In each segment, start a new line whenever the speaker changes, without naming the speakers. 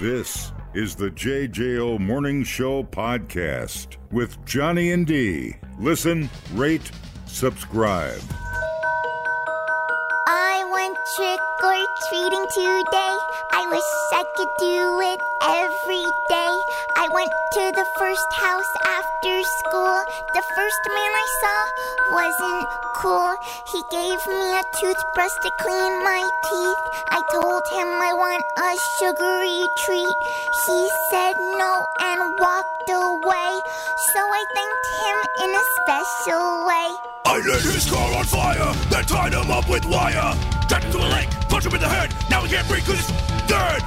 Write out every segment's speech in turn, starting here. This is the JJO Morning Show podcast with Johnny and D. Listen, rate, subscribe.
I went trick or treating today. I wish I could do it every day. I went to the first house after school. The first man I saw wasn't cool. He gave me a toothbrush to clean my teeth. I told him I want a sugary treat. He said no and walked away. So I thanked him in a special way.
I lit his car on fire, then tied him up with wire. Dragged him to the lake, punched him in the head. Now he can't breathe because it's dead.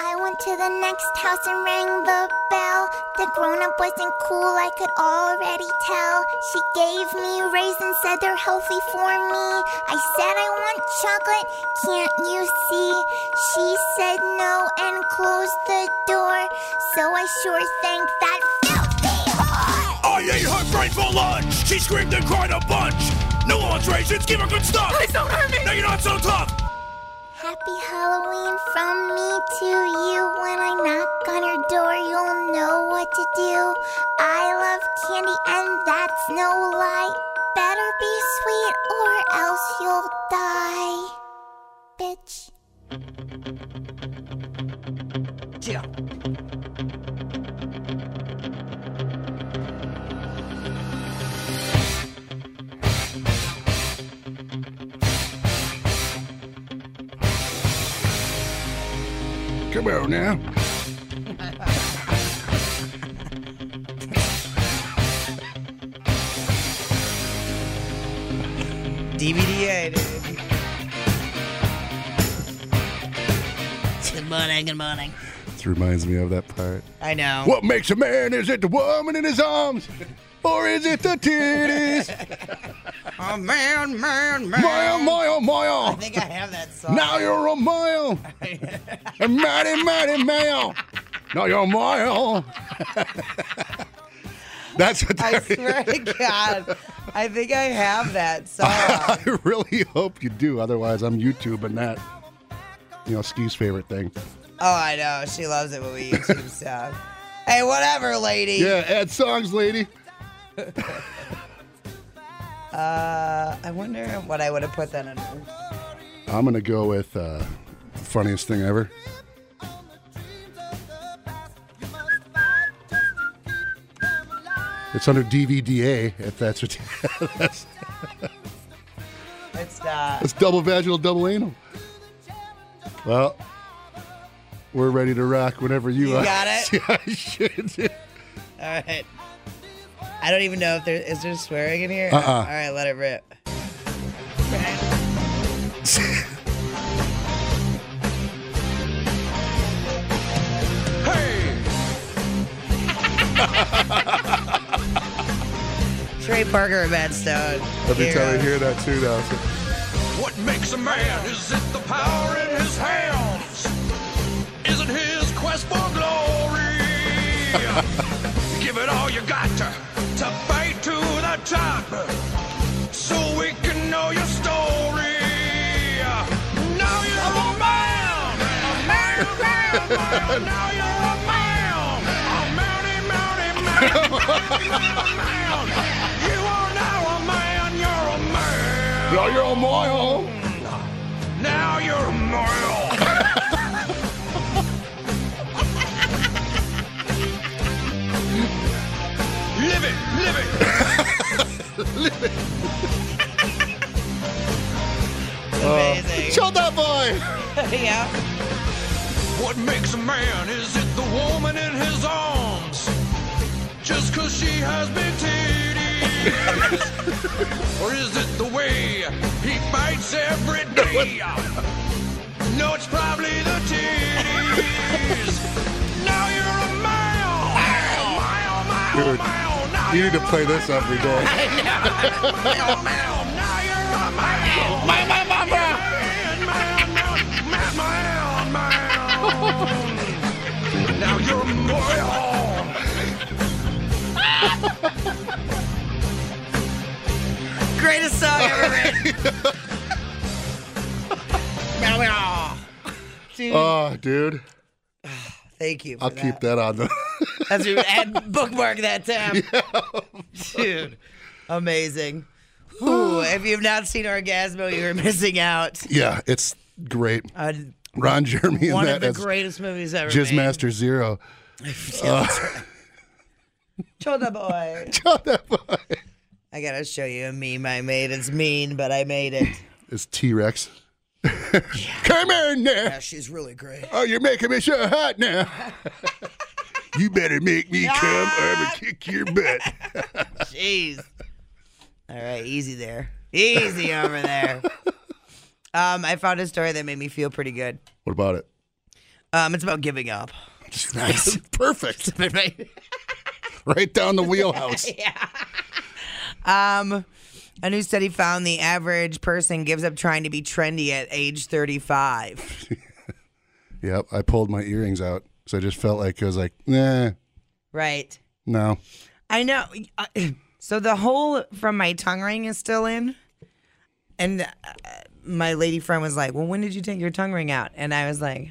I went to the next house and rang the bell. The grown up wasn't cool, I could already tell. She gave me raisins, said they're healthy for me. I said I want chocolate, can't you see? She said no and closed the door. So I sure thanked that filthy whore.
I ate her brain for lunch. She screamed and cried a bunch. No alterations, give her good stuff. Please don't hurt me. Now you're not so tough.
Happy Halloween from me to you. When I knock on your door, you'll know what to do. I love candy, and that's no lie. Better be sweet, or else you'll die. Bitch.
Yeah.
Come on now.
DVDA, dude.
Good morning, good morning.
This reminds me of that part.
I know.
What makes a man? Is it the woman in his arms? Or is it the titties? oh,
Oh, man, man, man.
mile, mile,
I
mile.
think I have that song.
Now you're a mile. And mighty, mighty mile. Now you're a mile. That's what
I
that is.
swear to God, I think I have that song. Oh,
I really hope you do. Otherwise, I'm YouTube and that, you know, Ski's favorite thing.
Oh, I know. She loves it when we YouTube stuff. Hey, whatever, lady.
Yeah, add songs, lady.
Uh, I wonder what I would have put that under.
I'm going to go with uh, funniest thing ever. It's under DVDA, if that's what that's,
It's uh,
that's double vaginal, double anal. Well, we're ready to rock whenever you,
You
are.
got it?
Yeah, I should.
all right. I don't even know if there is there swearing in here.
Uh-uh.
All right, let it rip. Trey Parker and Matt Stone.
Every time I
Heroes.
hear that tune, I was
What makes a man? Is it the power in his hands? Is it his quest for glory? Give it all you got to, to fight to the top so we can know your story. Now you're a man, a man, a man, man. Now you're a man, a mounty, mounty man. man. You are now a man, you're a man.
No, you're a mile.
Now you're a moral. live it, live it.
Amazing.
Shut that boy.
yeah.
What makes a man? Is it the woman in his arms? Just cause she has been titties? or is it the way he fights every day? No, it's probably the titties. now you're a male. Male, male,
Dude,
male. Now
You need to
you're a
play this every
male,
day.
male. Now you're a male. Man, man, man, man, man, man. Now you're a moron.
Greatest song ever written.
Oh, Ah, dude.
Thank you. For
I'll keep that on the.
That's your and bookmark that tab. Dude, amazing. Ooh, if you've not seen Orgasmo, you're missing out.
yeah, it's great.
On
Ron Jeremy in
one of
that
the
as
greatest movies ever. made.
Jizzmaster Zero.
Chota boy.
Chota
I gotta show you a meme I made. It's mean, but I made it.
It's T Rex. Come in
Yeah,
there.
she's really great.
Oh, you're making me so hot now. you better make me come or I'm going to kick your butt.
Jeez. All right, easy there. Easy over there. Um, I found a story that made me feel pretty good.
What about it?
Um, it's about giving up.
Nice. Perfect.
um,
Right down the wheelhouse.
Um, a new study found the average person gives up trying to be trendy at age 35.
Yep. I pulled my earrings out. So I just felt like it was like, nah,
Right.
no.
I know. I- So the hole from my tongue ring is still in. And uh, my lady friend was like, Well, when did you take your tongue ring out? And I was like,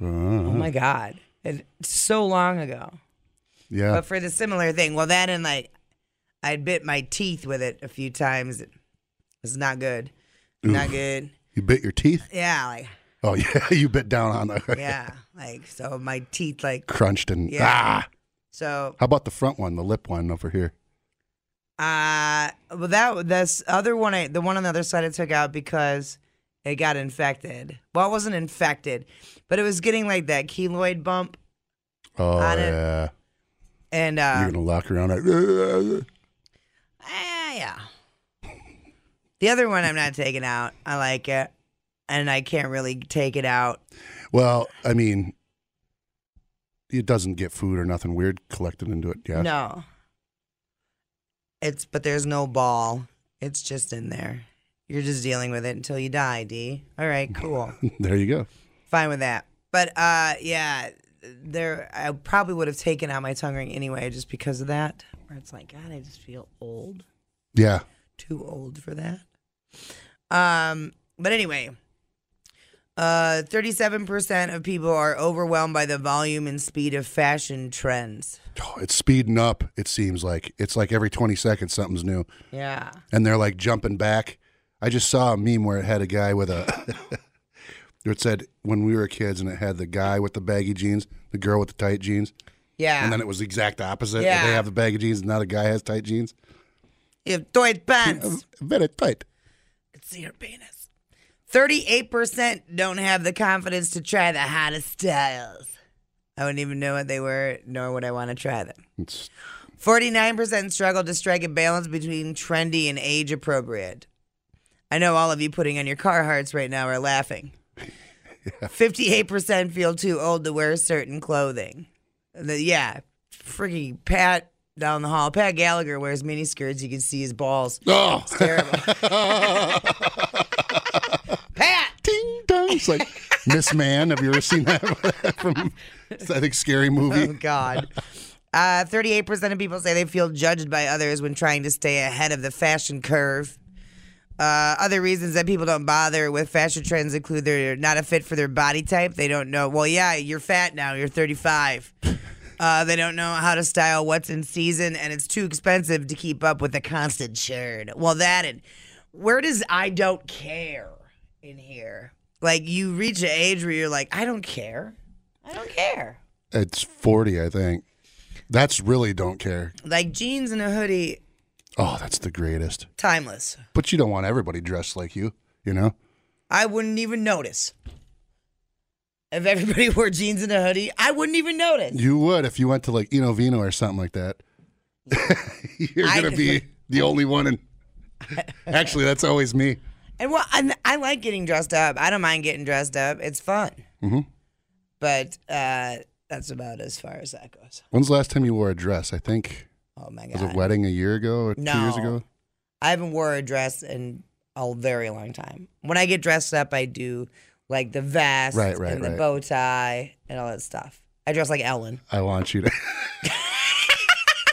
Oh
Uh,
my God. And so long ago.
yeah.
But for the similar thing, well, that and like, I bit my teeth with it a few times. It's not good. Not good.
You bit your teeth?
Yeah, like,
Oh, yeah. You bit down on the
yeah, like, so my teeth, like,
crunched and
Yeah.
ah.
so,
How about the front one, the lip one over here?
uh, well, that, this other one, I, the one on the other side I took out because it got infected. Well, it wasn't infected, but it was getting like that keloid bump.
Oh,
On it.
yeah.
And, uh,
You're going to lock around it.
Ah, yeah. The other one I'm not taking out. I like it, and I can't really take it out.
Well, I mean, it doesn't get food or nothing weird collected into it. Yeah.
No. It's but there's no ball. It's just in there. You're just dealing with it until you die, D. All right, cool.
there you go.
Fine with that. But uh yeah, there I probably would have taken out my tongue ring anyway just because of that. Where it's like, God, I just feel old.
Yeah.
too old for that. Um, but anyway, uh, 37% of people are overwhelmed by the volume and speed of fashion trends.
Oh, it's speeding up. It seems like it's like every 20 seconds something's new,
Yeah.
and they're like jumping back. I just saw a meme where it had a guy with a. it said when we were kids, and it had the guy with the baggy jeans, the girl with the tight jeans,
Yeah.
and then it was the exact opposite.
Yeah.
They have the baggy jeans, and now the guy has tight jeans.
you have tight pants.
Very tight.
can see your penis. 38% don't have the confidence to try the hottest styles. I wouldn't even know what they were, nor would I want to try them.
It's
49% struggle to strike a balance between trendy and age appropriate. I know all of you putting on your car hearts right now are laughing. 58% feel too old to wear certain clothing. The- yeah, freaking Pat down the hall. Pat Gallagher wears miniskirts. You can see his balls.
oh
Terrible. Pat!
ding dong. It's like Miss Man. Have you ever seen that from? I think scary
Oh,
movie.
God. Uh, 38% of people say they feel judged by others when trying to stay ahead of the fashion curve. Uh, other reasons that people don't bother with fashion trends include they're not a fit for their body type. They don't know, well, yeah, you're fat now, you're 35. Uh, they don't know how to style what's in season, and it's too expensive to keep up with the constant churn. Well, that and where does I don't care in here? Like, you reach an age where you're like, I don't care. I don't care.
It's forty, I think. That's really don't care.
like jeans and a hoodie,
Oh, that's the greatest.
timeless.
But you don't want everybody dressed like you, you know?
I wouldn't even notice. If everybody wore jeans and a hoodie, I wouldn't even notice.
You would if you went to like Eno Vino or something like that. You're
I-
gonna be the only one. And actually, that's always me.
And well, I, I like getting dressed up. I don't mind getting dressed up. It's fun.
Mhm.
But uh, that's about as far as that goes.
When's the last time you wore a dress? I think
Oh my
was
god!
it wedding a year ago or two years
No.
ago?
I haven't wore a dress in a very long time. When I get dressed up, I do like the vest
Right, right,
and the
right.
bow tie and all that stuff. I dress like Ellen.
I want you to.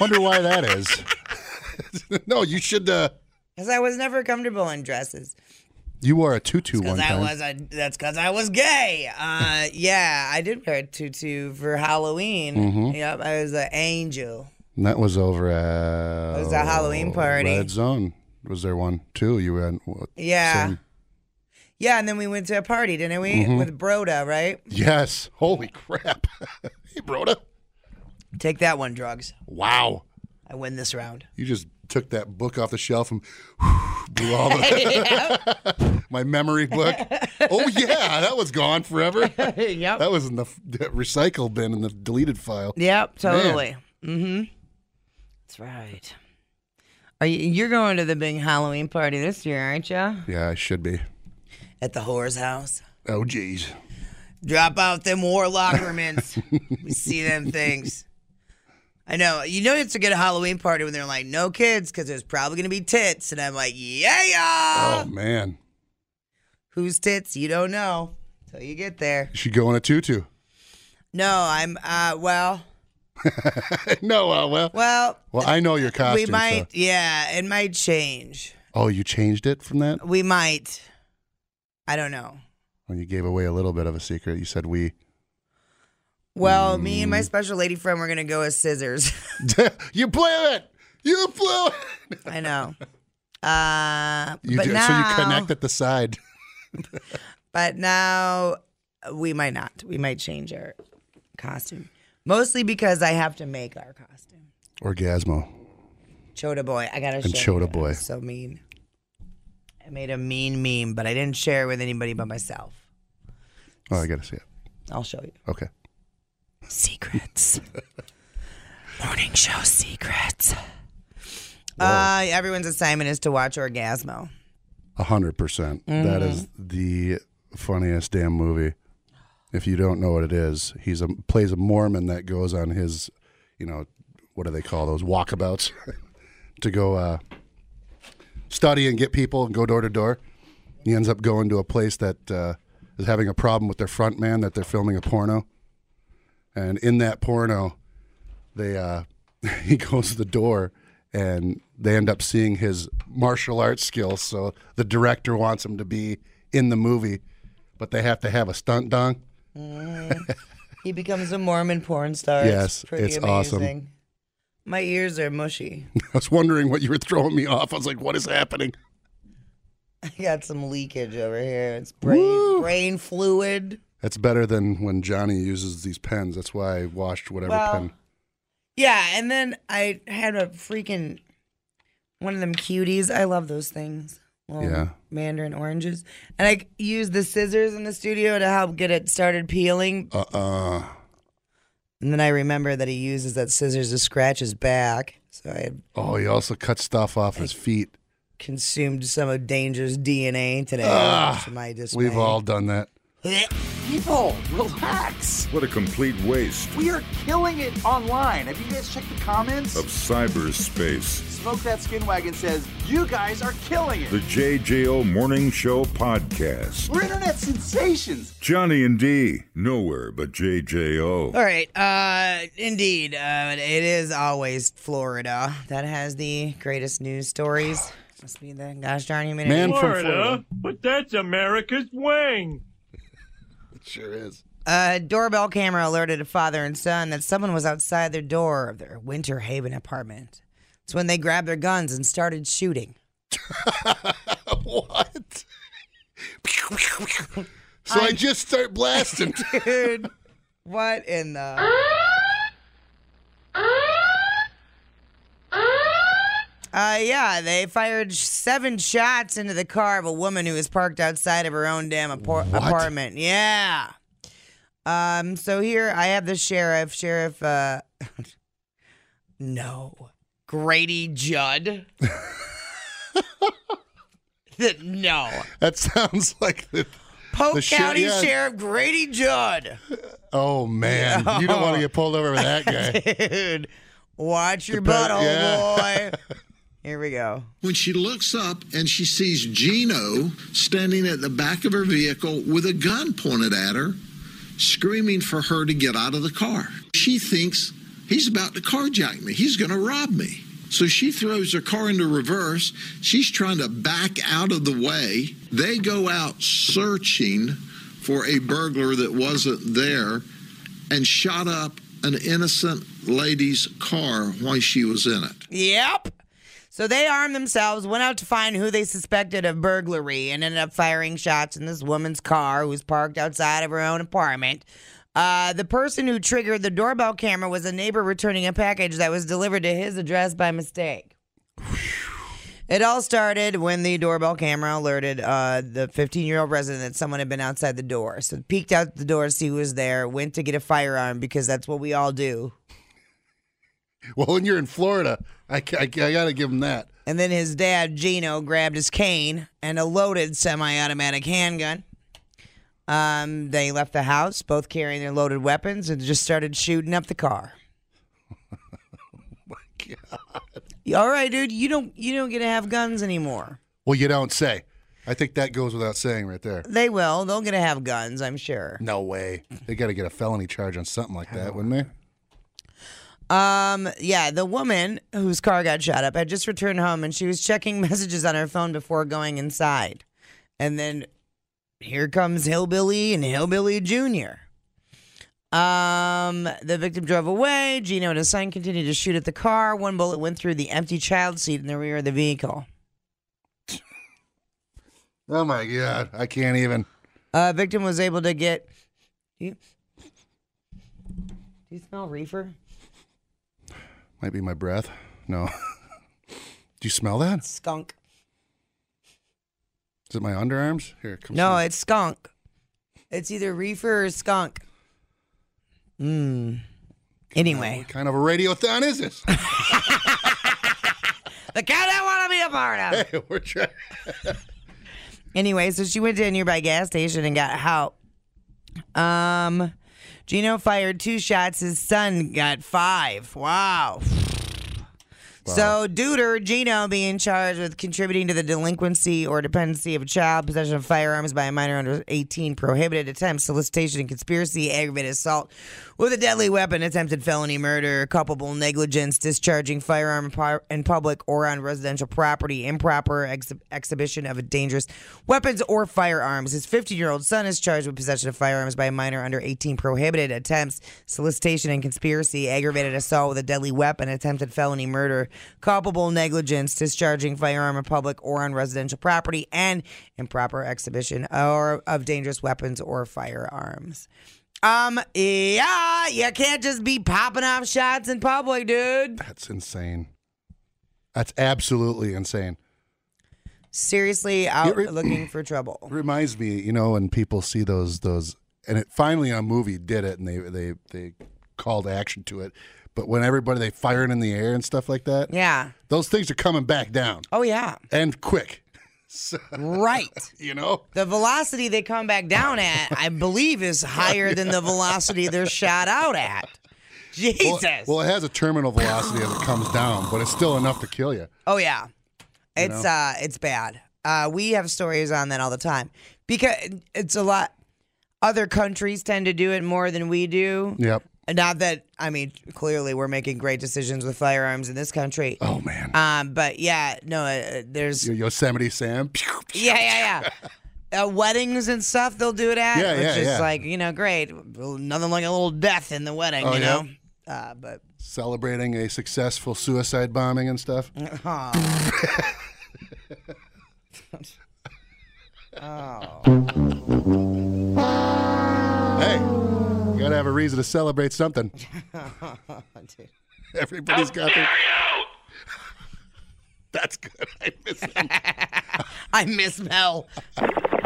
Wonder why that is. no, you should. Uh,
Because I was never comfortable in dresses.
You wore a tutu one
Because I
time.
was a, that's because I was gay. Uh, yeah, I did wear a tutu for Halloween.
Mm-hmm.
Yep, I was an angel.
And that was over at.
It was a Halloween party.
Red Zone. Was there one too? You went. what,
Yeah.
same- Mm-hmm.
Yeah, and then we went to a party, didn't we? With Broda, right?
Yes. Holy crap. hey, Broda.
Take that one, drugs.
Wow.
I win this round.
You just took that book off the shelf and blew all the my memory book. Oh yeah, that was gone forever.
yep.
That was in the f- the recycle bin in the deleted file.
Yep, totally. Mm-hmm. That's right. Are you, you're going to the big Halloween party this year, aren't you?
Yeah, I should be.
At the whore's house.
Oh geez.
Drop out them warlock remnants. we see them things. I know. You know it's a good Halloween party when they're like, no kids, because there's probably going to be tits. And I'm like, yeah, y'all.
Oh man,
Whose tits? You don't know till you get there.
you should go in a tutu.
No, I'm, uh, well,
no, uh, well,
well,
well, I know your costume.
we
so-
might, yeah, it might change.
Oh, you changed it from that.
We might. I don't know.
Well, you gave away a little bit of a secret. You said we.
Well, me and my
Mm.
special lady friend, we're going to go as scissors.
you blew it. You blew it.
I know. Uh,
You
but
do-
now,
so you connect at the side.
But now uh, we might not. We might change our costume. Mostly because I have to make our costume.
Orgasmo.
Chota Boy. I got to
And
show
Chota
you.
Boy.
I'm So mean. I made a mean meme, but I didn't share it with anybody but myself.
Oh, I gotta see it.
I'll show you.
Okay.
Secrets. Morning show secrets. Uh, everyone's assignment is to watch Orgasmo.
A hundred percent. That is the funniest damn movie. If you don't know what it is, he's a plays a Mormon that goes on his, you know, what do they call those walkabouts, to go uh, study and get people and go door to door. He ends up going to a place that uh, is having a problem with their front man that they're filming a porno, and in that porno, they uh, he goes to the door and they end up seeing his martial arts skills. So the director wants him to be in the movie, but they have to have a stunt dong.
He becomes a Mormon porn star.
Yes,
it's, pretty
it's awesome.
amazing. My ears are mushy.
I was wondering what you were throwing me off. I was like, what is happening?
I got some leakage over here. It's brain brain fluid.
That's better than when Johnny uses these pens. That's why I washed whatever
Well-
pen.
Yeah, and then I had a freaking one of them cuties. I love those things. Little
Yeah.
Mandarin oranges. And I used the scissors in the studio to help get it started peeling.
Uh uh
And then I remember that he uses that scissors to scratch his back. So I had
Oh, he also cut stuff off his feet.
consumed some of Danger's DNA today. to my dismay.
Ah, We've all done that.
People, relax.
What a complete waste
We are killing it online. Have you guys checked the comments?
of cyberspace.
Smoke That Skin Wagon says, You guys are killing it.
The JJO Morning Show Podcast.
We're internet sensations.
Johnny and D, nowhere but JJO.
All right. Uh, indeed, uh, it is always Florida that has the greatest news stories. Must be the gosh darn humanity.
Man from Florida.
But that's America's wing.
It sure is.
A Uh, doorbell camera alerted a father and son that someone was outside their door of their Winter Haven apartment. It's when they grabbed their guns and started shooting.
what? so I just start blasting.
Dude, what in the? Uh, yeah, they fired sh- seven shots into the car of a woman who was parked outside of her own damn apor- apartment. Yeah. Um. So here I have the sheriff. Sheriff. Uh. no, Grady Judd. Th- no,
That sounds like the.
Polk
The sher-
County
yeah.
Sheriff Grady Judd.
Oh man, you don't want to get pulled over with that guy.
Dude, watch your
Depend-
butthole,
yeah.
boy. Here we go.
when she looks up and she sees Gino standing at the back of her vehicle with a gun pointed at her, screaming for her to get out of the car. She thinks he's about to carjack me, he's going to rob me. So she throws her car into reverse. She's trying to back out of the way. They go out searching for a burglar that wasn't there and shot up an innocent lady's car while she was in it.
Yep. So they armed themselves, went out to find who they suspected of burglary, and ended up firing shots in this woman's car who was parked outside of her own apartment. Uh, the person who triggered the doorbell camera was a neighbor returning a package that was delivered to his address by mistake. It all started when the doorbell camera alerted uh, the 15 year old resident that someone had been outside the door. So peeked out the door to see who was there, went to get a firearm because that's what we all do.
Well, when you're in Florida, I, ca- I, ca- I got to give him that.
And then his dad, Gino, grabbed his cane and a loaded semi automatic handgun. Um, they left the house, both carrying their loaded weapons, and just started shooting up the car. Yeah, All right, dude, you don't you don't get to have guns anymore.
Well, you don't say. I think that goes without saying right there.
They will. They'll get to have guns, I'm sure.
No way. They got to get a felony charge on something like that, wouldn't they?
Um, yeah, the woman whose car got shot up had just returned home and she was checking messages on her phone before going inside. And then here comes Hillbilly and Hillbilly Jr. Um, the victim drove away. Gino and his son continued to shoot at the car. One bullet went through the empty child seat in the rear of the vehicle.
Oh my god, I can't even.
Uh, victim was able to get. Do you, do you smell reefer?
Might be my breath. No. Do you smell that?
Skunk.
Is it my underarms? Here, come.
No,
smell.
it's skunk. It's either reefer or skunk. Mmm. Anyway,
What kind of a radiothon is this?
the kind I want to be a part of.
hey, we're trying.
Anyway, so she went to a nearby gas station and got help. Um, Gino fired two shots. His son got five. Wow. So, Deuter, Gino being charged with contributing to the delinquency or dependency of a child, possession of firearms by a minor under 18, prohibited attempt, solicitation and conspiracy, aggravated assault with a deadly weapon, attempted felony murder, culpable negligence, discharging firearm pu- in public or on residential property, improper ex- exhibition of a dangerous weapons or firearms. His 15 year old son is charged with possession of firearms by a minor under 18, prohibited attempts, solicitation and conspiracy, aggravated assault with a deadly weapon, attempted felony murder, culpable negligence, discharging firearm in public or on residential property, and improper exhibition or of dangerous weapons or firearms. Um, yeah, you can't just be popping off shots in public, dude.
That's insane. That's absolutely insane.
Seriously, out
re-
looking for trouble.
reminds me, you know, when people see those those, and it finally a movie did it, and they they they called action to it. But when everybody they firing in the air and stuff like that,
Yeah.
those things are coming back down
Oh, yeah.
and quick. So,
Right.
you know,
the velocity they come back down at, I believe, is higher than the velocity they're shot out at.
well,
Jesus.
well, it has a terminal velocity as it comes down, but it's still enough to kill you.
oh yeah, it's uh, it's bad. Uh, we have stories on that all the time because it's a lot. Other countries tend to do it more than we do.
Yep.
Not that I mean, clearly we're making great decisions with firearms in this country.
Oh man,
Um, but yeah, no, uh, there's
Yo- Yosemite Sam. Pew, pew.
yeah, yeah, yeah. Uh, weddings and stuff, they'll do it at,
Yeah,
which
yeah,
is
yeah.
like you know, great. Nothing like a little death in the wedding,
Oh,
you
yeah?
know. Uh, but
Celebrating a successful suicide bombing and stuff.
Oh.
Hey, you gotta have a reason to celebrate something. Everybody's got their. That's good. I miss him.
I miss Mel.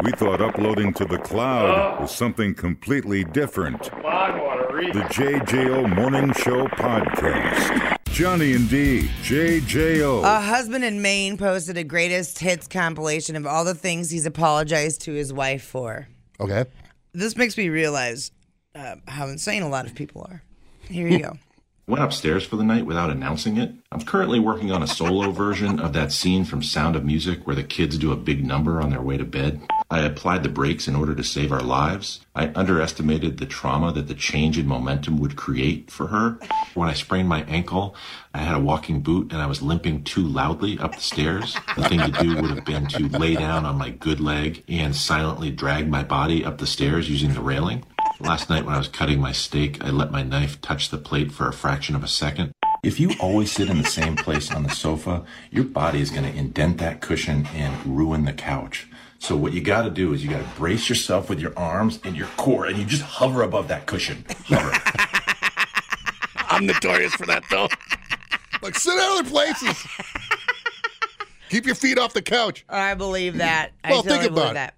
We thought uploading to the cloud was something completely different. The JJO Morning Show Podcast. Johnny and D, JJO.
A husband in Maine posted a greatest hits compilation of all the things he's apologized to his wife for.
Okay.
This makes me realize uh, how insane a lot of people are. Here you go.
Went upstairs for the night without announcing it. I'm currently working on a solo version of that scene from Sound of Music where the kids do a big number on their way to bed. I applied the brakes in order to save our lives. I underestimated the trauma that the change in momentum would create for her. When I sprained my ankle, I had a walking boot and I was limping too loudly up the stairs. The thing to do would have been to lay down on my good leg and silently drag my body up the stairs using the railing. Last night, when I was cutting my steak, I let my knife touch the plate for a fraction of a second. If you always sit in the same place on the sofa, your body is going to indent that cushion and ruin the couch. So, what you got to do is you got to brace yourself with your arms and your core, and you just hover above that cushion. Hover.
I'm notorious for that, though.
Like, sit in other places. Keep your feet off the couch.
I believe that. I
Well,
totally
think
believe
about it.
that.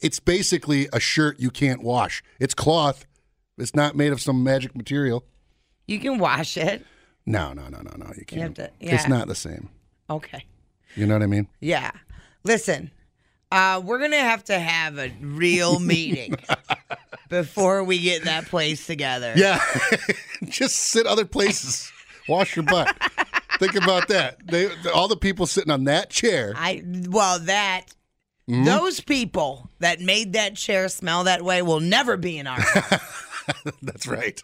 It's basically a shirt you can't wash. It's cloth. It's not made of some magic material.
You can wash it.
No, no, no, no, no. You
You have
can't.
to-
It's
yeah.
not the same.
Okay.
You know what I mean?
Yeah. Listen, uh, we're gonna have to have a real meeting before we get that place together.
Yeah. Just sit other places. Wash your butt. Think about that. They, all the people sitting on that chair.
I well that
Mhm.
those people that made that chair smell that way will never be in our house.
That's right.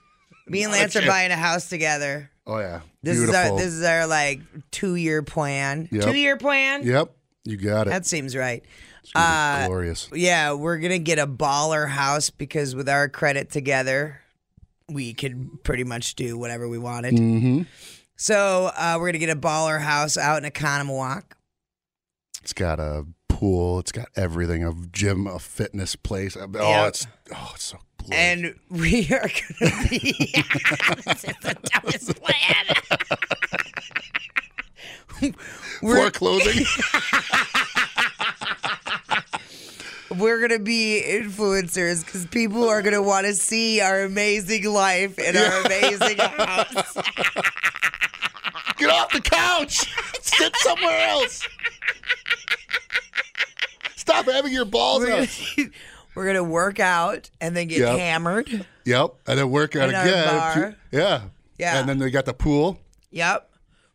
Me and
Not a
Lance are
chance.
buying a house together.
Oh yeah.
This
Beautiful.
is our this is our like two year plan.
Yep.
Two year plan.
Yep. You got it.
That seems right.
gonna be
Uh,
glorious.
Yeah, we're gonna get a baller house because with our credit together, we could pretty much do whatever we wanted.
Mm-hmm.
So uh, we're gonna get a baller house out in Economowalk.
It's got a pool. It's got everything. A gym. A fitness place. Oh,
Yep.
it's oh, it's so.
And we are going to be. this is the dumbest plan.
Foreclosing.
We're going to be influencers because people are going to want to see our amazing life and our amazing house.
Get off the couch. Sit somewhere else. Stop having your balls
We're gonna-
out.
We're going to work out and then get
Yep.
hammered.
Yep. And then work out
In our
again.
bar.
Yeah.
Yeah.
And then they got the pool.
Yep.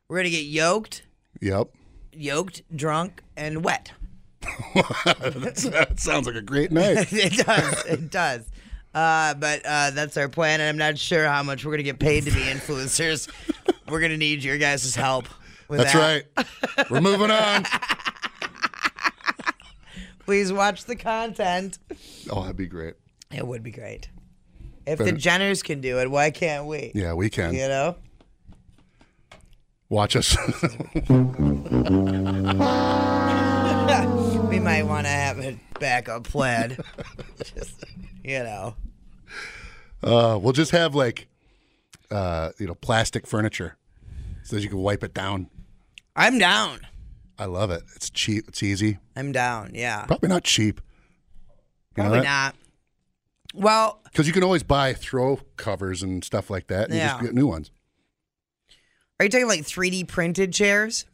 We're going to get yoked,
Yep.
yoked, drunk, and wet.
That's- that sounds like a great night.
it does. It does. Uh, but uh, that's our plan, and I'm not sure how much we're gonna get paid to be influencers. we're gonna need your guys' help. With
That's
that.
right. We're moving on.
Please watch the content.
Oh, that'd be great.
It would be great if
Better-
the Jenners can do it. Why can't we?
Yeah, we can.
You know.
Watch us.
we might want to have a backup plan. Just, you know.
uh, we'll just have like, uh, you know, plastic furniture so that you can wipe it down.
I'm down.
I love it. It's cheap. It's easy.
I'm down. Yeah.
Probably not cheap.
Probably not. Well,
Because you can always buy throw covers and stuff like that. And You
Yeah.
just get new ones.
are you talking like 3D printed chairs?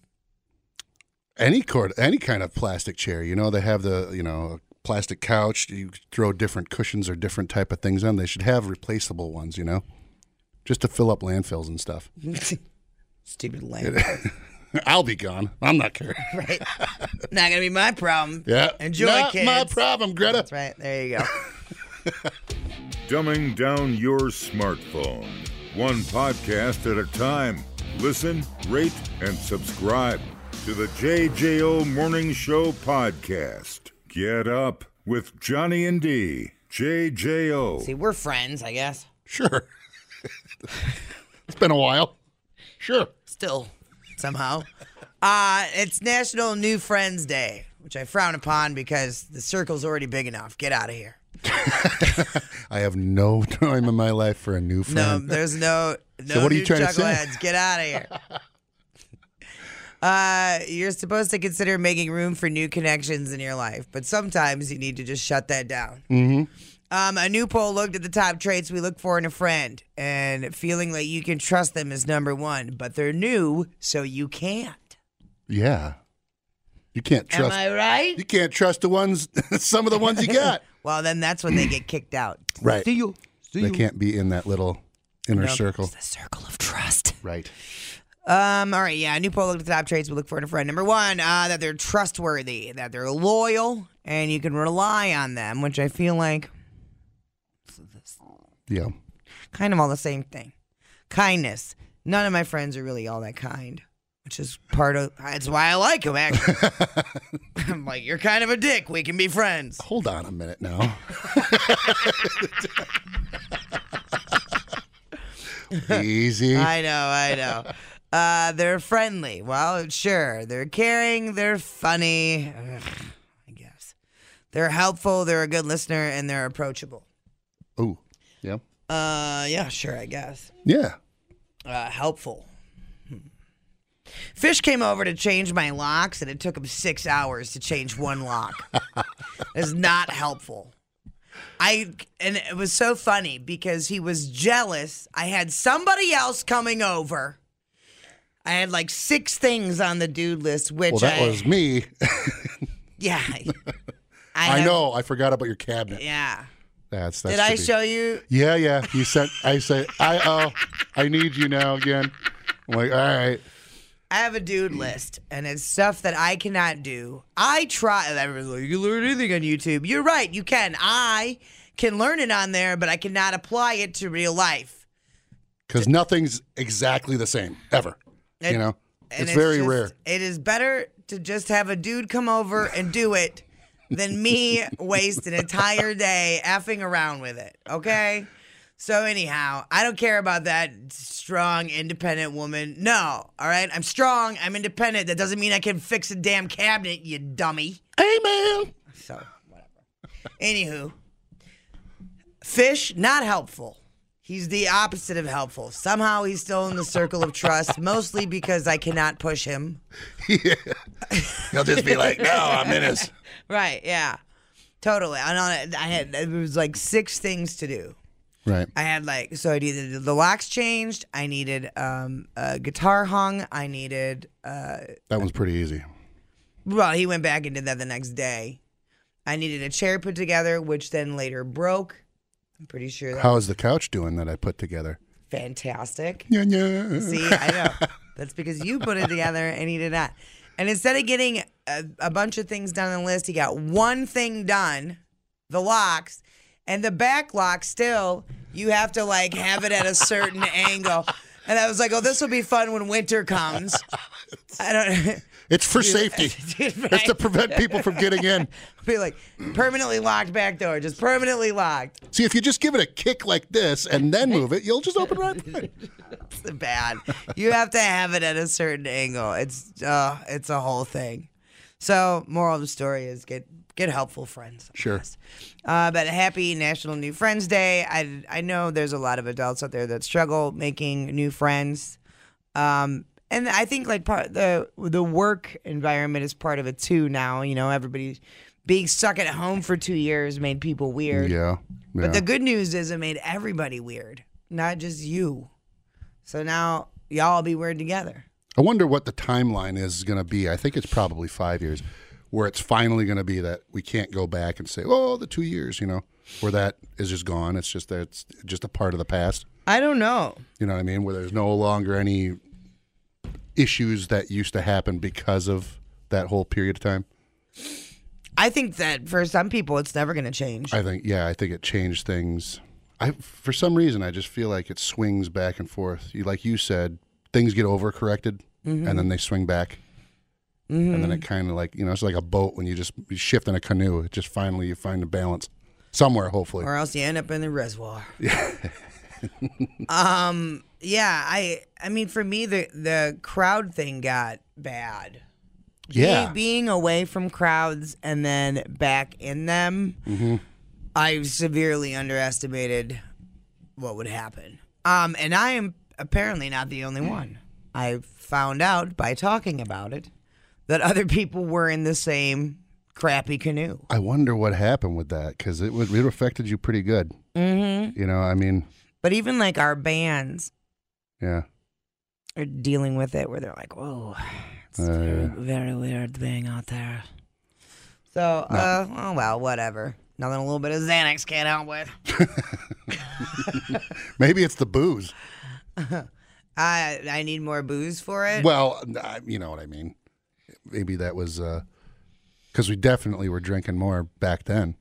any cord, any kind of plastic chair. You know, they have the you know plastic couch. You throw different cushions or different type of things on. They should have replaceable ones. You know, just to fill up landfills and stuff.
Stupid land.
I'll be gone. I'm not caring.
right? Not gonna be my problem.
Yeah.
Enjoy,
Not
kids.
my problem, Greta.
That's right. There you go.
Dumbing down your smartphone. One podcast at a time. Listen, rate, and subscribe to the JJO Morning Show podcast. Get up with Johnny and D. JJO.
See, we're friends, I guess.
Sure. it's been a while. Sure.
Still, somehow. Uh, it's National New Friends Day, which I frown upon because the circle's already big enough. Get out of here.
I have no time in my life for a new
No,
friend.
there's no no
what are you
new
trying to say?
chuckleheads. Get out of here. Uh, you're supposed to consider making room for new connections in your life, but sometimes you need to just shut that down.
Mm-hmm.
Um, a new poll looked at the top traits we look for in a friend, and feeling like you can trust them is number one, but they're new, so you can't.
Yeah. You can't trust.
Am I right?
You can't trust the ones, some of the ones you got.
Well, then that's when they get kicked out.
Right.
See you. See
they
you.
can't be in that little inner
No,
circle.
It's the circle of trust.
Right.
Um, all right, yeah. A new poll looked at the top traits we look for in a friend. Number one, uh, that they're trustworthy, that they're loyal, and you can rely on them, which I feel like
Yeah.
kind of all the same thing. Kindness. None of my friends are really all that kind, which is part of. That's why I like them. Actually, I'm like, you're kind of a dick. We can be friends.
Hold on a minute now. Easy.
I know, I know. Uh, they're friendly. Well, sure. They're caring. They're funny. Ugh, I guess. They're helpful. They're a good listener, and they're approachable.
Ooh. Yeah.
Uh, yeah, sure. I guess.
Yeah.
Uh, helpful. Hmm. Fish came over to change my locks, and it took him six hours to change one lock. it's not helpful. I and it was so funny because he was jealous. I had somebody else coming over. I had like six things on the dude list, which
well, that
I,
was me.
yeah, I
I,
have-
know. I forgot about your cabinet.
yeah.
That's that
Did I
should be-
show you?
Yeah, yeah. You sent. I said, I oh, I need you now again. I'm like, all right.
I have a dude list, and it's stuff that I cannot do. I try. and Everyone's like, you can learn anything on YouTube. You're right, you can. I can learn it on there, but I cannot apply it to real life.
Because nothing's exactly the same ever.
And-
you know,
And
it's, very
just-
rare.
It is better to just have a dude come over and do it than me waste an entire day effing around with it. Okay. So anyhow, I don't care about that strong, independent woman. No, all right. I'm strong. I'm independent. That doesn't mean I can fix a damn cabinet, you dummy.
Hey, man.
So Anywho, Fish, not helpful. He's the opposite of helpful. Somehow he's still in the circle of trust, mostly because I cannot push him.
He'll just be like, no, I'm in this.
Right, yeah. Totally. I know I had it was like six things to do.
Right.
I had like so I needed the locks changed, I needed um a guitar hung, I needed uh
That one's pretty easy.
Well, he went back and did that the next day. I needed a chair put together, which then later broke. I'm pretty sure that
How is the couch doing that I put together?
fantastic.
Yeah, yeah.
See, I know. That's because you put it together and he did not. And instead of getting a, a bunch of things done on the list, he got one thing done the locks. And the back lock, still, you have to like have it at a certain angle. And I was like, oh, this will be fun when winter comes. I don't
It's for safety. It's to prevent people from getting in.
Be like, permanently locked back door, just permanently locked.
See, if you just give it a kick like this and then move it, you'll just open right back.
It's bad. You have to have it at a certain angle. It's uh, it's a whole thing. So, moral of the story is get get helpful friends.
Sure.
Uh, but happy National New Friends Day. I I know there's a lot of adults out there that struggle making new friends, um, and I think like part the the work environment is part of it too. Now you know everybody being stuck at home for two years made people weird.
Yeah. yeah.
But the good news is it made everybody weird, not just you. So now y'all be weird together.
I wonder what the timeline is going to be. I think it's probably five years, where it's finally going to be that we can't go back and say, "Oh, the two years," you know, where that is just gone. It's just that it's just a part of the past.
I don't know.
You know what I mean? Where there's no longer any issues that used to happen because of that whole period of time.
I think that for some people it's never going to change.
I think, yeah, I think it changed things. I, for some reason, I just feel like it swings back and forth. You, like you said, things get overcorrected
Mhm.
and then they swing back, and then
Mhm.
it kind of like you know, it's like a boat when you just you shift in a canoe. It just finally you find a balance somewhere, hopefully.
or else you end up in the reservoir. um. Yeah. I. I mean, for me, the the crowd thing got bad. Be-
Yeah.
being away from crowds and then back in them,
hmm
I severely underestimated what would happen. Um. And I am apparently not the only one. I found out by talking about it that other people were in the same crappy canoe.
I wonder what happened with that because it was it affected you pretty good.
Mm-hmm.
You know, I mean,
But even like our bands
yeah,
are dealing with it where they're like, whoa, it's
Uh,
very,
yeah.
very weird being out there. So, uh, oh well, whatever. Nothing a little bit of Xanax can't help with.
maybe it's the booze.
I I need more booze for it.
Well, I- you know what I mean. Maybe that was because we definitely were drinking more back then.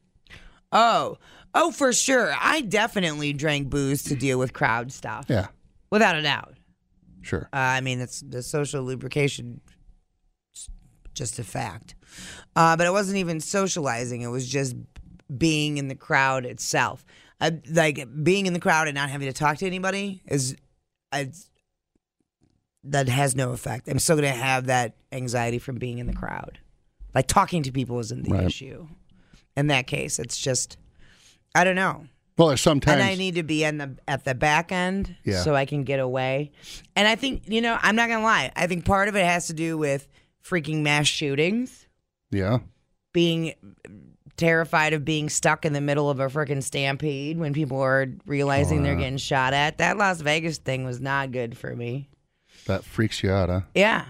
Oh, oh, for sure. I definitely drank booze to deal with crowd stuff.
Yeah.
without a doubt.
Sure.
Uh, I mean, that's the social lubrication, s- just a fact. Uh, but it wasn't even socializing; it was just being in the crowd itself. I, like being in the crowd and not having to talk to anybody is, I, that has no effect. I'm still gonna have that anxiety from being in the crowd. Like talking to people isn't the
Right.
issue. In that case, it's just, I don't know.
Well, there's sometimes.
And I need to be in the at the back end
Yeah.
so I can get away. And I think you know, I'm not gonna lie. I think part of it has to do with freaking mass shootings,
yeah.
being terrified of being stuck in the middle of a freaking stampede when people are realizing
Oh,
they're
yeah.
getting shot at. That Las Vegas thing was not good for me.
That freaks you out, huh?
Yeah.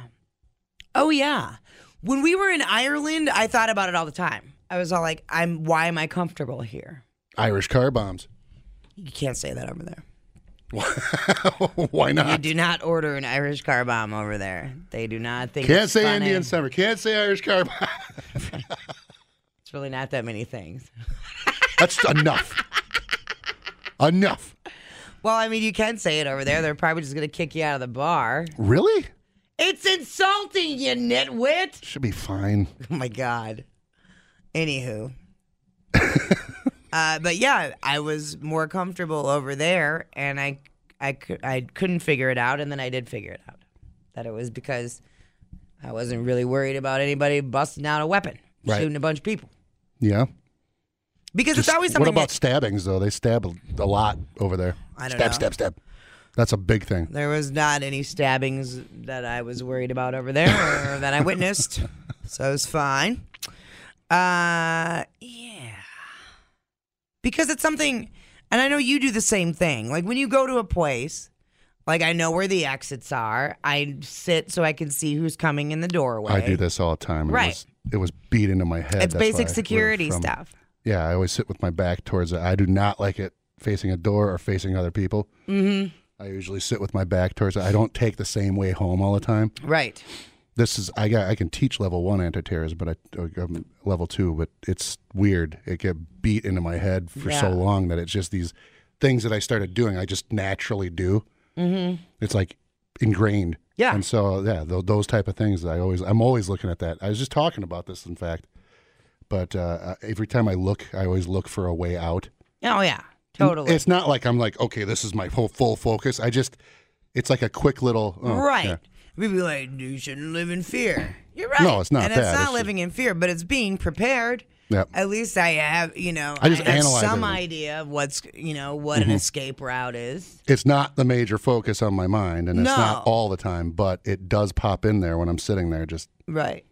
Oh yeah. When we were in Ireland, I thought about it all the time. I was all like, "I'm why am I comfortable here?"
Irish car bombs.
You can't say that over there.
Why
You
not?
do not order an Irish car bomb over there. They do not think.
Can't
it's
say
funny.
Indian summer. Can't say Irish car bomb.
It's really not that many things.
That's enough. enough.
Well, I mean, you can say it over there. They're probably just gonna kick you out of the bar.
Really?
It's insulting, you nitwit.
Should be fine.
Oh my god. Anywho. uh, but yeah, I was more comfortable over there, and I, I, cou- I couldn't figure it out, and then I did figure it out. That it was because I wasn't really worried about anybody busting out a weapon,
Right.
shooting a bunch of people.
Yeah.
Because
Just-
it's always
What
something.
about
that-
stabbings though? They stab a a lot over there.
I don't
stab,
know.
stab, stab. That's a big thing.
There was not any stabbings that I was worried about over there or that I witnessed. So it's fine. Uh yeah. Because it's something and I know you do the same thing. Like when you go to a place, like I know where the exits are. I sit so I can see who's coming in the doorway.
I do this all the time. and
Right.
It was, it was beat into my
It's
head. That's where
basic
I-
security
from-
stuff.
Yeah, I always sit with my back towards it. I do not like it facing a door or facing other people.
Mhm.
I usually sit with my back towards it. I don't take the same way home all the time.
Right.
This is I got I can teach level one anti-terrorism, but I I'm level two, but it's weird. It get beat into my head for so
Yeah.
long that it's just these things that I started doing. I just naturally do.
Mhm.
It's like ingrained.
Yeah.
And so yeah, tho- those type of things. I always I'm always looking at that. I was just talking about this, in fact. But uh, every time I look, I always look for a way out.
Oh yeah. Totally.
It's not like I'm like, okay, this is my whole full focus. I just, it's like a quick little. oh,
right.
yeah.
We'd be like, you shouldn't live in fear. You're right.
No, it's not
And
that.
it's
It's
not
just-
living in fear, but it's being prepared.
Yep.
At least I have, you know,
I just
have
analyze
some
everything.
idea of what's, you know, what an
Mhm.
escape route is.
It's not the major focus on my mind, and it's
No.
not all the time, but it does pop in there when I'm sitting there. Just
Right.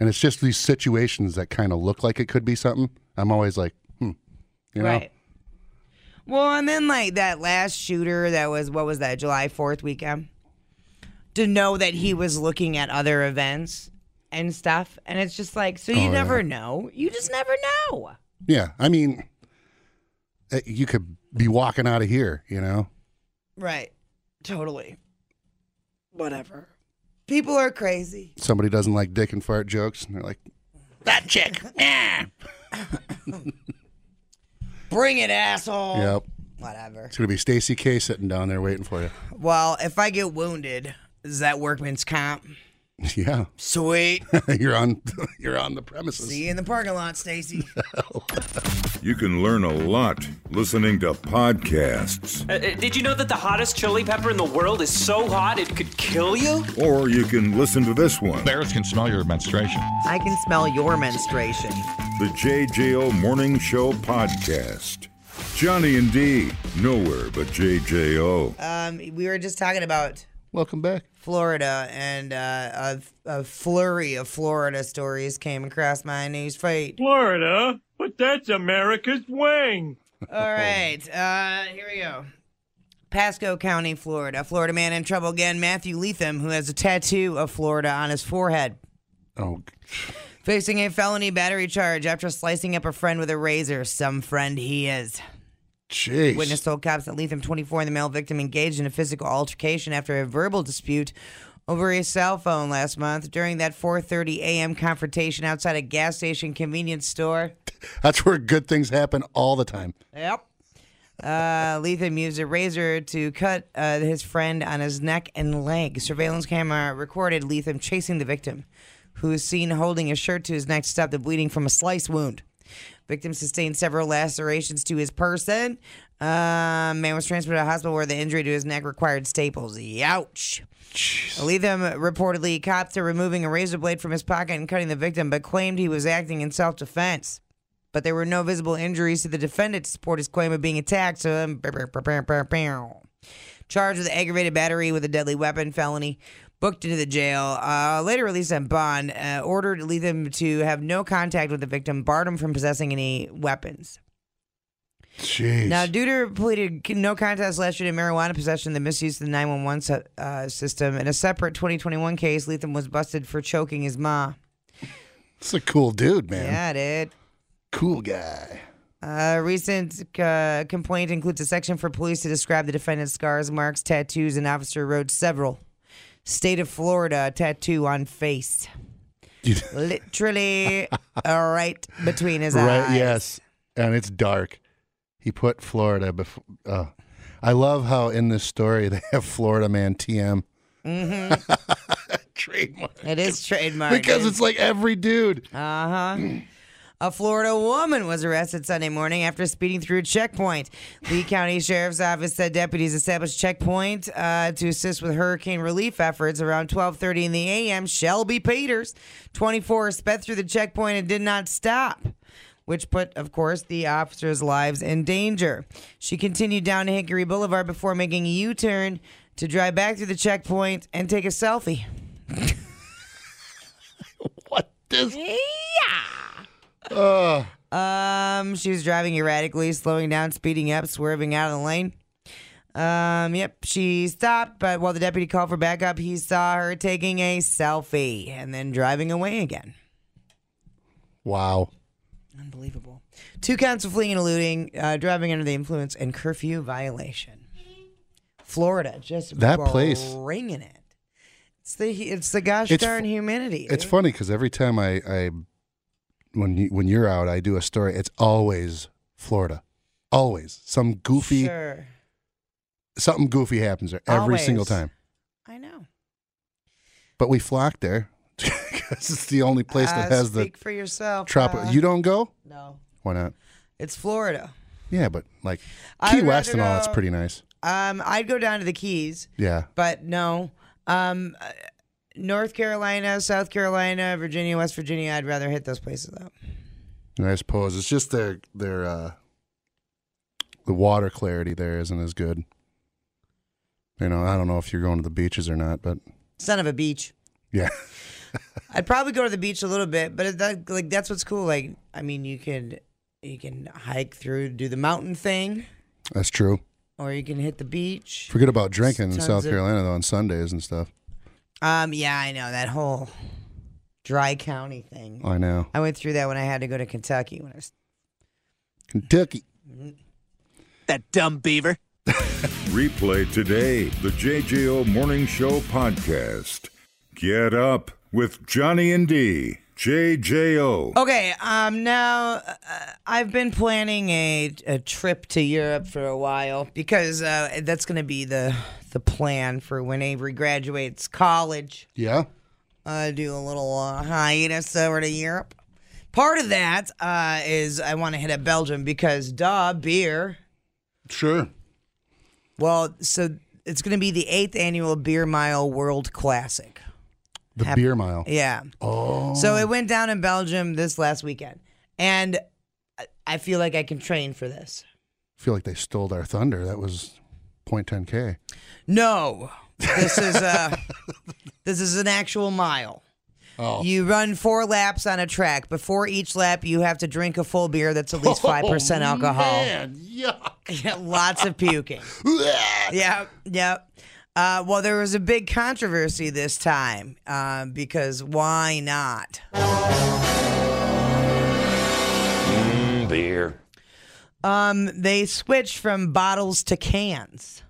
and it's just these situations that kind of look like it could be something. I'm always like, hmm, you know,
Right. Well, and then like that last shooter that was what was that July 4th weekend? To know that he was looking at other events and stuff and it's just like so you
Oh,
never
yeah.
know. You just never know.
yeah. I mean, eh, you could be walking out of here, you know.
Right. Totally. Whatever. People are crazy.
Somebody doesn't like dick and fart jokes, and they're like,
That chick. Nah. Bring it, asshole.
"Yep,
Whatever.
it's gonna be Stacy K sitting down there waiting for you."
Well, if I get wounded, is that workman's comp?
Yeah.
Sweet.
you're on you're on the premises.
See you in the parking lot, Stacy.
You can learn a lot listening to podcasts,
Uh, uh, did you know that the hottest chili pepper in the world is so hot it could kill you?
or you can listen to this one. Bears can smell your menstruation.
I can smell your menstruation.
The JJO Morning Show Podcast. Johnny and D, nowhere but JJO.
Um, we were just talking about
welcome back
Florida, and uh, a, a flurry of Florida stories came across my news feed.
Florida? But that's America's wing.
All right, uh, here we go. Pasco County, Florida. Florida man in trouble again, Matthew Leatham, who has a tattoo of Florida on his forehead.
Oh.
Facing a felony battery charge after slicing up a friend with a razor. Some friend he is.
Jeez.
Witness told cops that Leatham, 24, and the male victim engaged in a physical altercation after a verbal dispute over a cell phone last month during that 4:30 a.m. confrontation outside a gas station convenience store.
That's where good things happen all the time.
Yep. Uh, Lethem used a razor to cut uh, his friend on his neck and leg. Surveillance camera recorded Lethem chasing the victim, who is seen holding a shirt to his neck to stop the bleeding from a slice wound. Victim sustained several lacerations to his person. Uh, man was transported to a hospital where the injury to his neck required staples. Ouch. Lethem reportedly copped to removing a razor blade from his pocket and cutting the victim, but claimed he was acting in self defense but there were no visible injuries to the defendant to support his claim of being attacked. So, um, brr, brr, brr, brr, brr, brr. charged with aggravated battery with a deadly weapon felony, booked into the jail, uh, later released on bond, uh, ordered Lethem to have no contact with the victim, barred him from possessing any weapons.
Jeez.
Now, Deuter pleaded no contest last year to marijuana possession, the misuse of the 911 su- uh, system. In a separate 2021 case, Lethem was busted for choking his ma.
It's a cool dude, man.
Yeah, dude.
Cool guy.
A recent uh, complaint includes a section for police to describe the defendant's scars, marks, tattoos, and officer wrote several. State of Florida tattoo on face. Literally uh, right between his
Right?
eyes.
Yes. And it's dark. He put Florida before. Uh, I love how in this story they have Florida Man TM.
Mm-hmm.
trademark.
It is trademark.
Because it's like every dude.
Uh huh. A Florida woman was arrested Sunday morning after speeding through a checkpoint. Lee County Sheriff's Office said deputies established checkpoint uh, to assist with hurricane relief efforts. Around 12:30 in the a.m., Shelby Peters, 24, sped through the checkpoint and did not stop, which put, of course, the officers' lives in danger. She continued down to Hickory Boulevard before making a U-turn to drive back through the checkpoint and take a selfie.
Uh,
Um, she was driving erratically, slowing down, speeding up, swerving out of the lane. Um, yep, she stopped, but while the deputy called for backup, he saw her taking a selfie and then driving away again.
wow.
Unbelievable. Two counts of fleeing and eluding, uh, driving under the influence, and curfew violation. Florida, just
That place.
ringing it. It's the it's the gosh
It's
darn
fu-
humanity.
It's
dude.
funny because every time I, I when you, when you're out, I do a story. It's always Florida, always some goofy
Sure.
something goofy happens there every single
Always.
time.
I know.
But we flock there because it's the only place that
Uh,
has the
speak for yourself,
tropical.
uh,
you don't go?
No.
Why not?
It's Florida.
Yeah, but like
I'd
Key West
rather
and all, that's
go-
pretty nice.
Um, I'd go down to the Keys.
Yeah.
But no. Um, uh, North Carolina, South Carolina, Virginia, West Virginia. I'd rather hit those places up.
And I suppose it's just their their uh the water clarity there isn't as good. You know, I don't know if you're going to the beaches or not, but
Son of a beach.
yeah.
I'd probably go to the beach a little bit, but it, that, like that's what's cool. Like, I mean, you can you can hike through, do the mountain thing,
That's true.
or you can hit the beach.
Forget about drinking in
Tons
South
of-
Carolina though on Sundays and stuff.
Um, yeah, I know that whole dry county thing.
I know.
I went through that when I had to go to Kentucky when I was
Kentucky.
That dumb beaver. Replay today the JJO Morning Show podcast. Get up with Johnny and D. JJO.
Okay, um, now uh, I've been planning a, a trip to Europe for a while because uh, that's going to be the the plan for when Avery graduates college.
Yeah.
Uh, do a little uh, hiatus over to Europe. Part of that uh, is I want to hit up Belgium because duh, beer.
Sure.
Well, so it's going to be the eighth annual Beer Mile World Classic.
The
Hap-
beer mile.
Yeah.
Oh.
So it went down in Belgium this last weekend, and I- I feel like I can train for this.
feel like they stole our thunder. That was 0.10k.
No, this is uh this is an actual mile.
Oh.
You run four laps on a track. Before each lap, you have to drink a full beer that's at least
Oh,
five percent alcohol.
man, yuck.
Yeah, lots of puking. yeah, yeah. Uh, well, there was a big controversy this time uh, because why not?
beer.
Um, they switched from bottles to cans.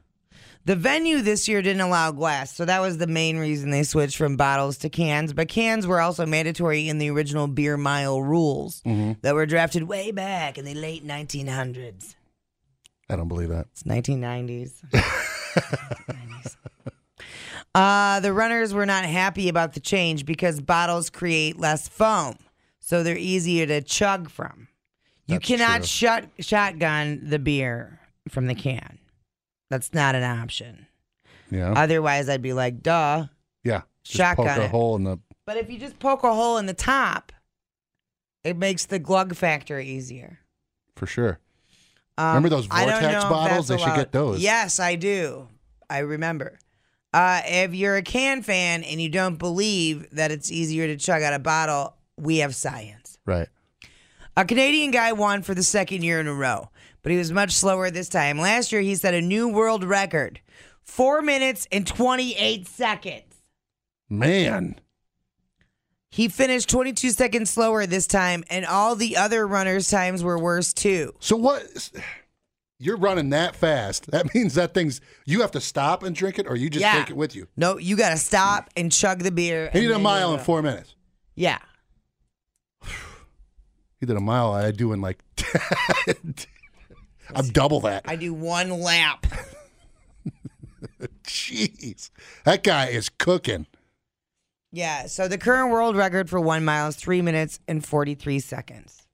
The venue this year didn't allow glass, so that was the main reason they switched from bottles to cans. But cans were also mandatory in the original beer mile rules that were drafted way back in the late 1900s.
I don't believe that.
It's 1990s. Uh, the runners were not happy about the change because bottles create less foam, so they're easier to chug from. You cannot
true.
shot, shotgun the beer from the can. That's not an option.
Yeah.
Otherwise, I'd be like, duh.
yeah. Just
shotgun
poke a
it.
hole in the.
But if you just poke a hole in the top, it makes the glug factor easier.
For sure.
Um,
Remember those
I don't
Vortex
know if that's
bottles? They should
allowed.
get those.
Yes, I do. I remember. Uh, if you're a can fan and you don't believe that it's easier to chug out a bottle, we have science.
Right.
A Canadian guy won for the second year in a row, but he was much slower this time. Last year, he set a new world record four minutes and 28 seconds.
Man.
He finished 22 seconds slower this time, and all the other runners' times were worse too.
So what? You're running that fast. That means that thing's. You have to stop and drink it, or you just
Yeah.
take it with you.
No, you got to stop and chug the beer.
He
and
did a
then
mile
you
in
go.
four minutes.
Yeah.
He did a mile. I do in like. I'm double that.
I do one lap.
Jeez, that guy is cooking.
Yeah. So the current world record for one mile is three minutes and 43 seconds.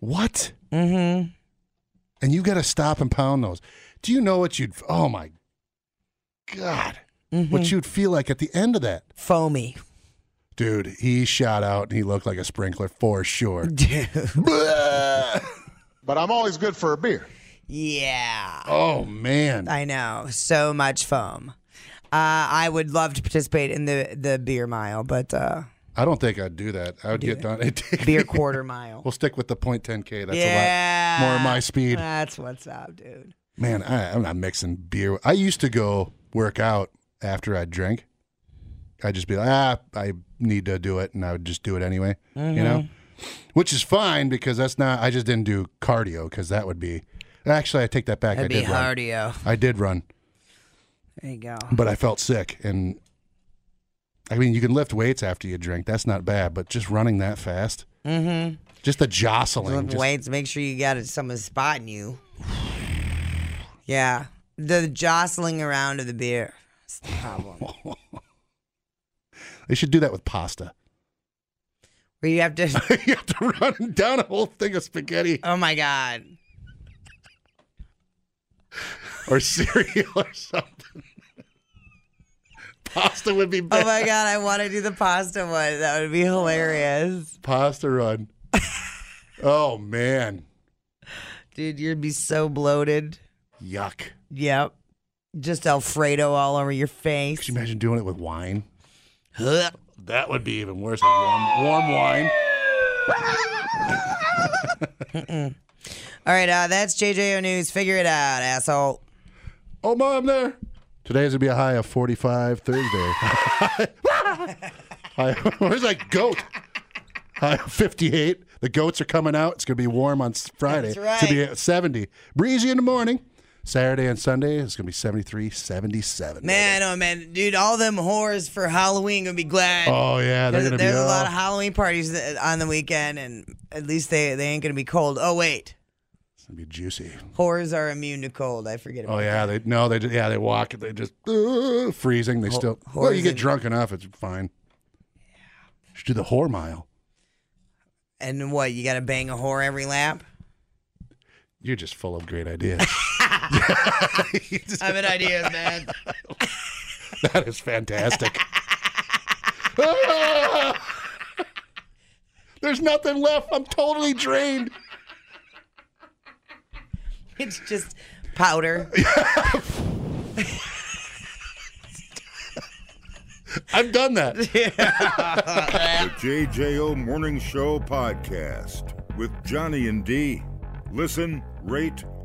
What?
Mm-hmm.
And you got to stop and pound those. Do you know what you'd? Oh my God,
Mm-hmm.
what you'd feel like at the end of that?
Foamy,
dude. He shot out and he looked like a sprinkler for sure.
But I'm always good for a beer.
Yeah.
Oh, man.
I know. So much foam. Uh, I would love to participate in the, the beer mile, but uh,
I don't think I'd do that. I would get done. It'd take
beer
me-
quarter mile.
We'll stick with the point ten k. That's
yeah.
a lot more my speed.
That's what's up, dude.
Man, I, I'm not mixing beer. I used to go work out after I drink. I'd just be like, ah, I need to do it, and I would just do it anyway. You know,
Mhm.
Mm-hmm.
which is fine because that's not. I just didn't do cardio because that would be. Actually, I take that back.
That'd
I did
be
run.
cardio.
I did run,
There you go.
but I felt sick, and I mean, you can lift weights after you drink. That's not bad, but just running that fast,
Mm-hmm.
just the jostling,
Lift
just-
weights. Make sure you got someone spotting you. Yeah, the jostling around of the beer. is the problem.
They should do that with pasta.
Where you have to
you have to run down a whole thing of spaghetti.
Oh my god.
or cereal or something. pasta would be
Oh
better.
my god, I want to do the pasta one. That would be hilarious.
Pasta run. oh man.
Dude, you'd be so bloated.
Yuck.
Yep. Just Alfredo all over your face. Could
you imagine doing it with wine?
Huh.
That would be even worse than warm, warm wine.
Mm-mm. All right, uh, that's JJO News. Figure it out, asshole.
Oh, mom, there. Today's gonna be a high of 45 Thursday. High- Where's that goat? High of 58. The goats are coming out. It's gonna be warm on s- Friday.
That's right.
It's gonna be at 70. Breezy in the morning. Saturday and Sunday it's gonna be 73, 77.
Man, oh man, dude, all them whores for Halloween gonna be glad.
Oh, yeah, they're
there's,
gonna be oh. uh,
there's a lot
up.
of Halloween parties that- on the weekend, and at least they they ain't gonna be cold. Oh wait,
It's gonna be juicy.
whores are immune to cold. I forget. About
Oh yeah, they no, they ju- yeah they walk. They just uh, freezing. They
Ho-
still.
whores
Well, you get
and-
drunk enough, it's fine. Should do the whore mile.
that. And what? You gotta bang a whore every lap.
You're just full of great ideas.
I'm an idea, man.
that is fantastic. There's nothing left. I'm totally drained.
It's just powder.
I've done that.
The JJO Morning Show podcast with Johnny and D. Listen, rate,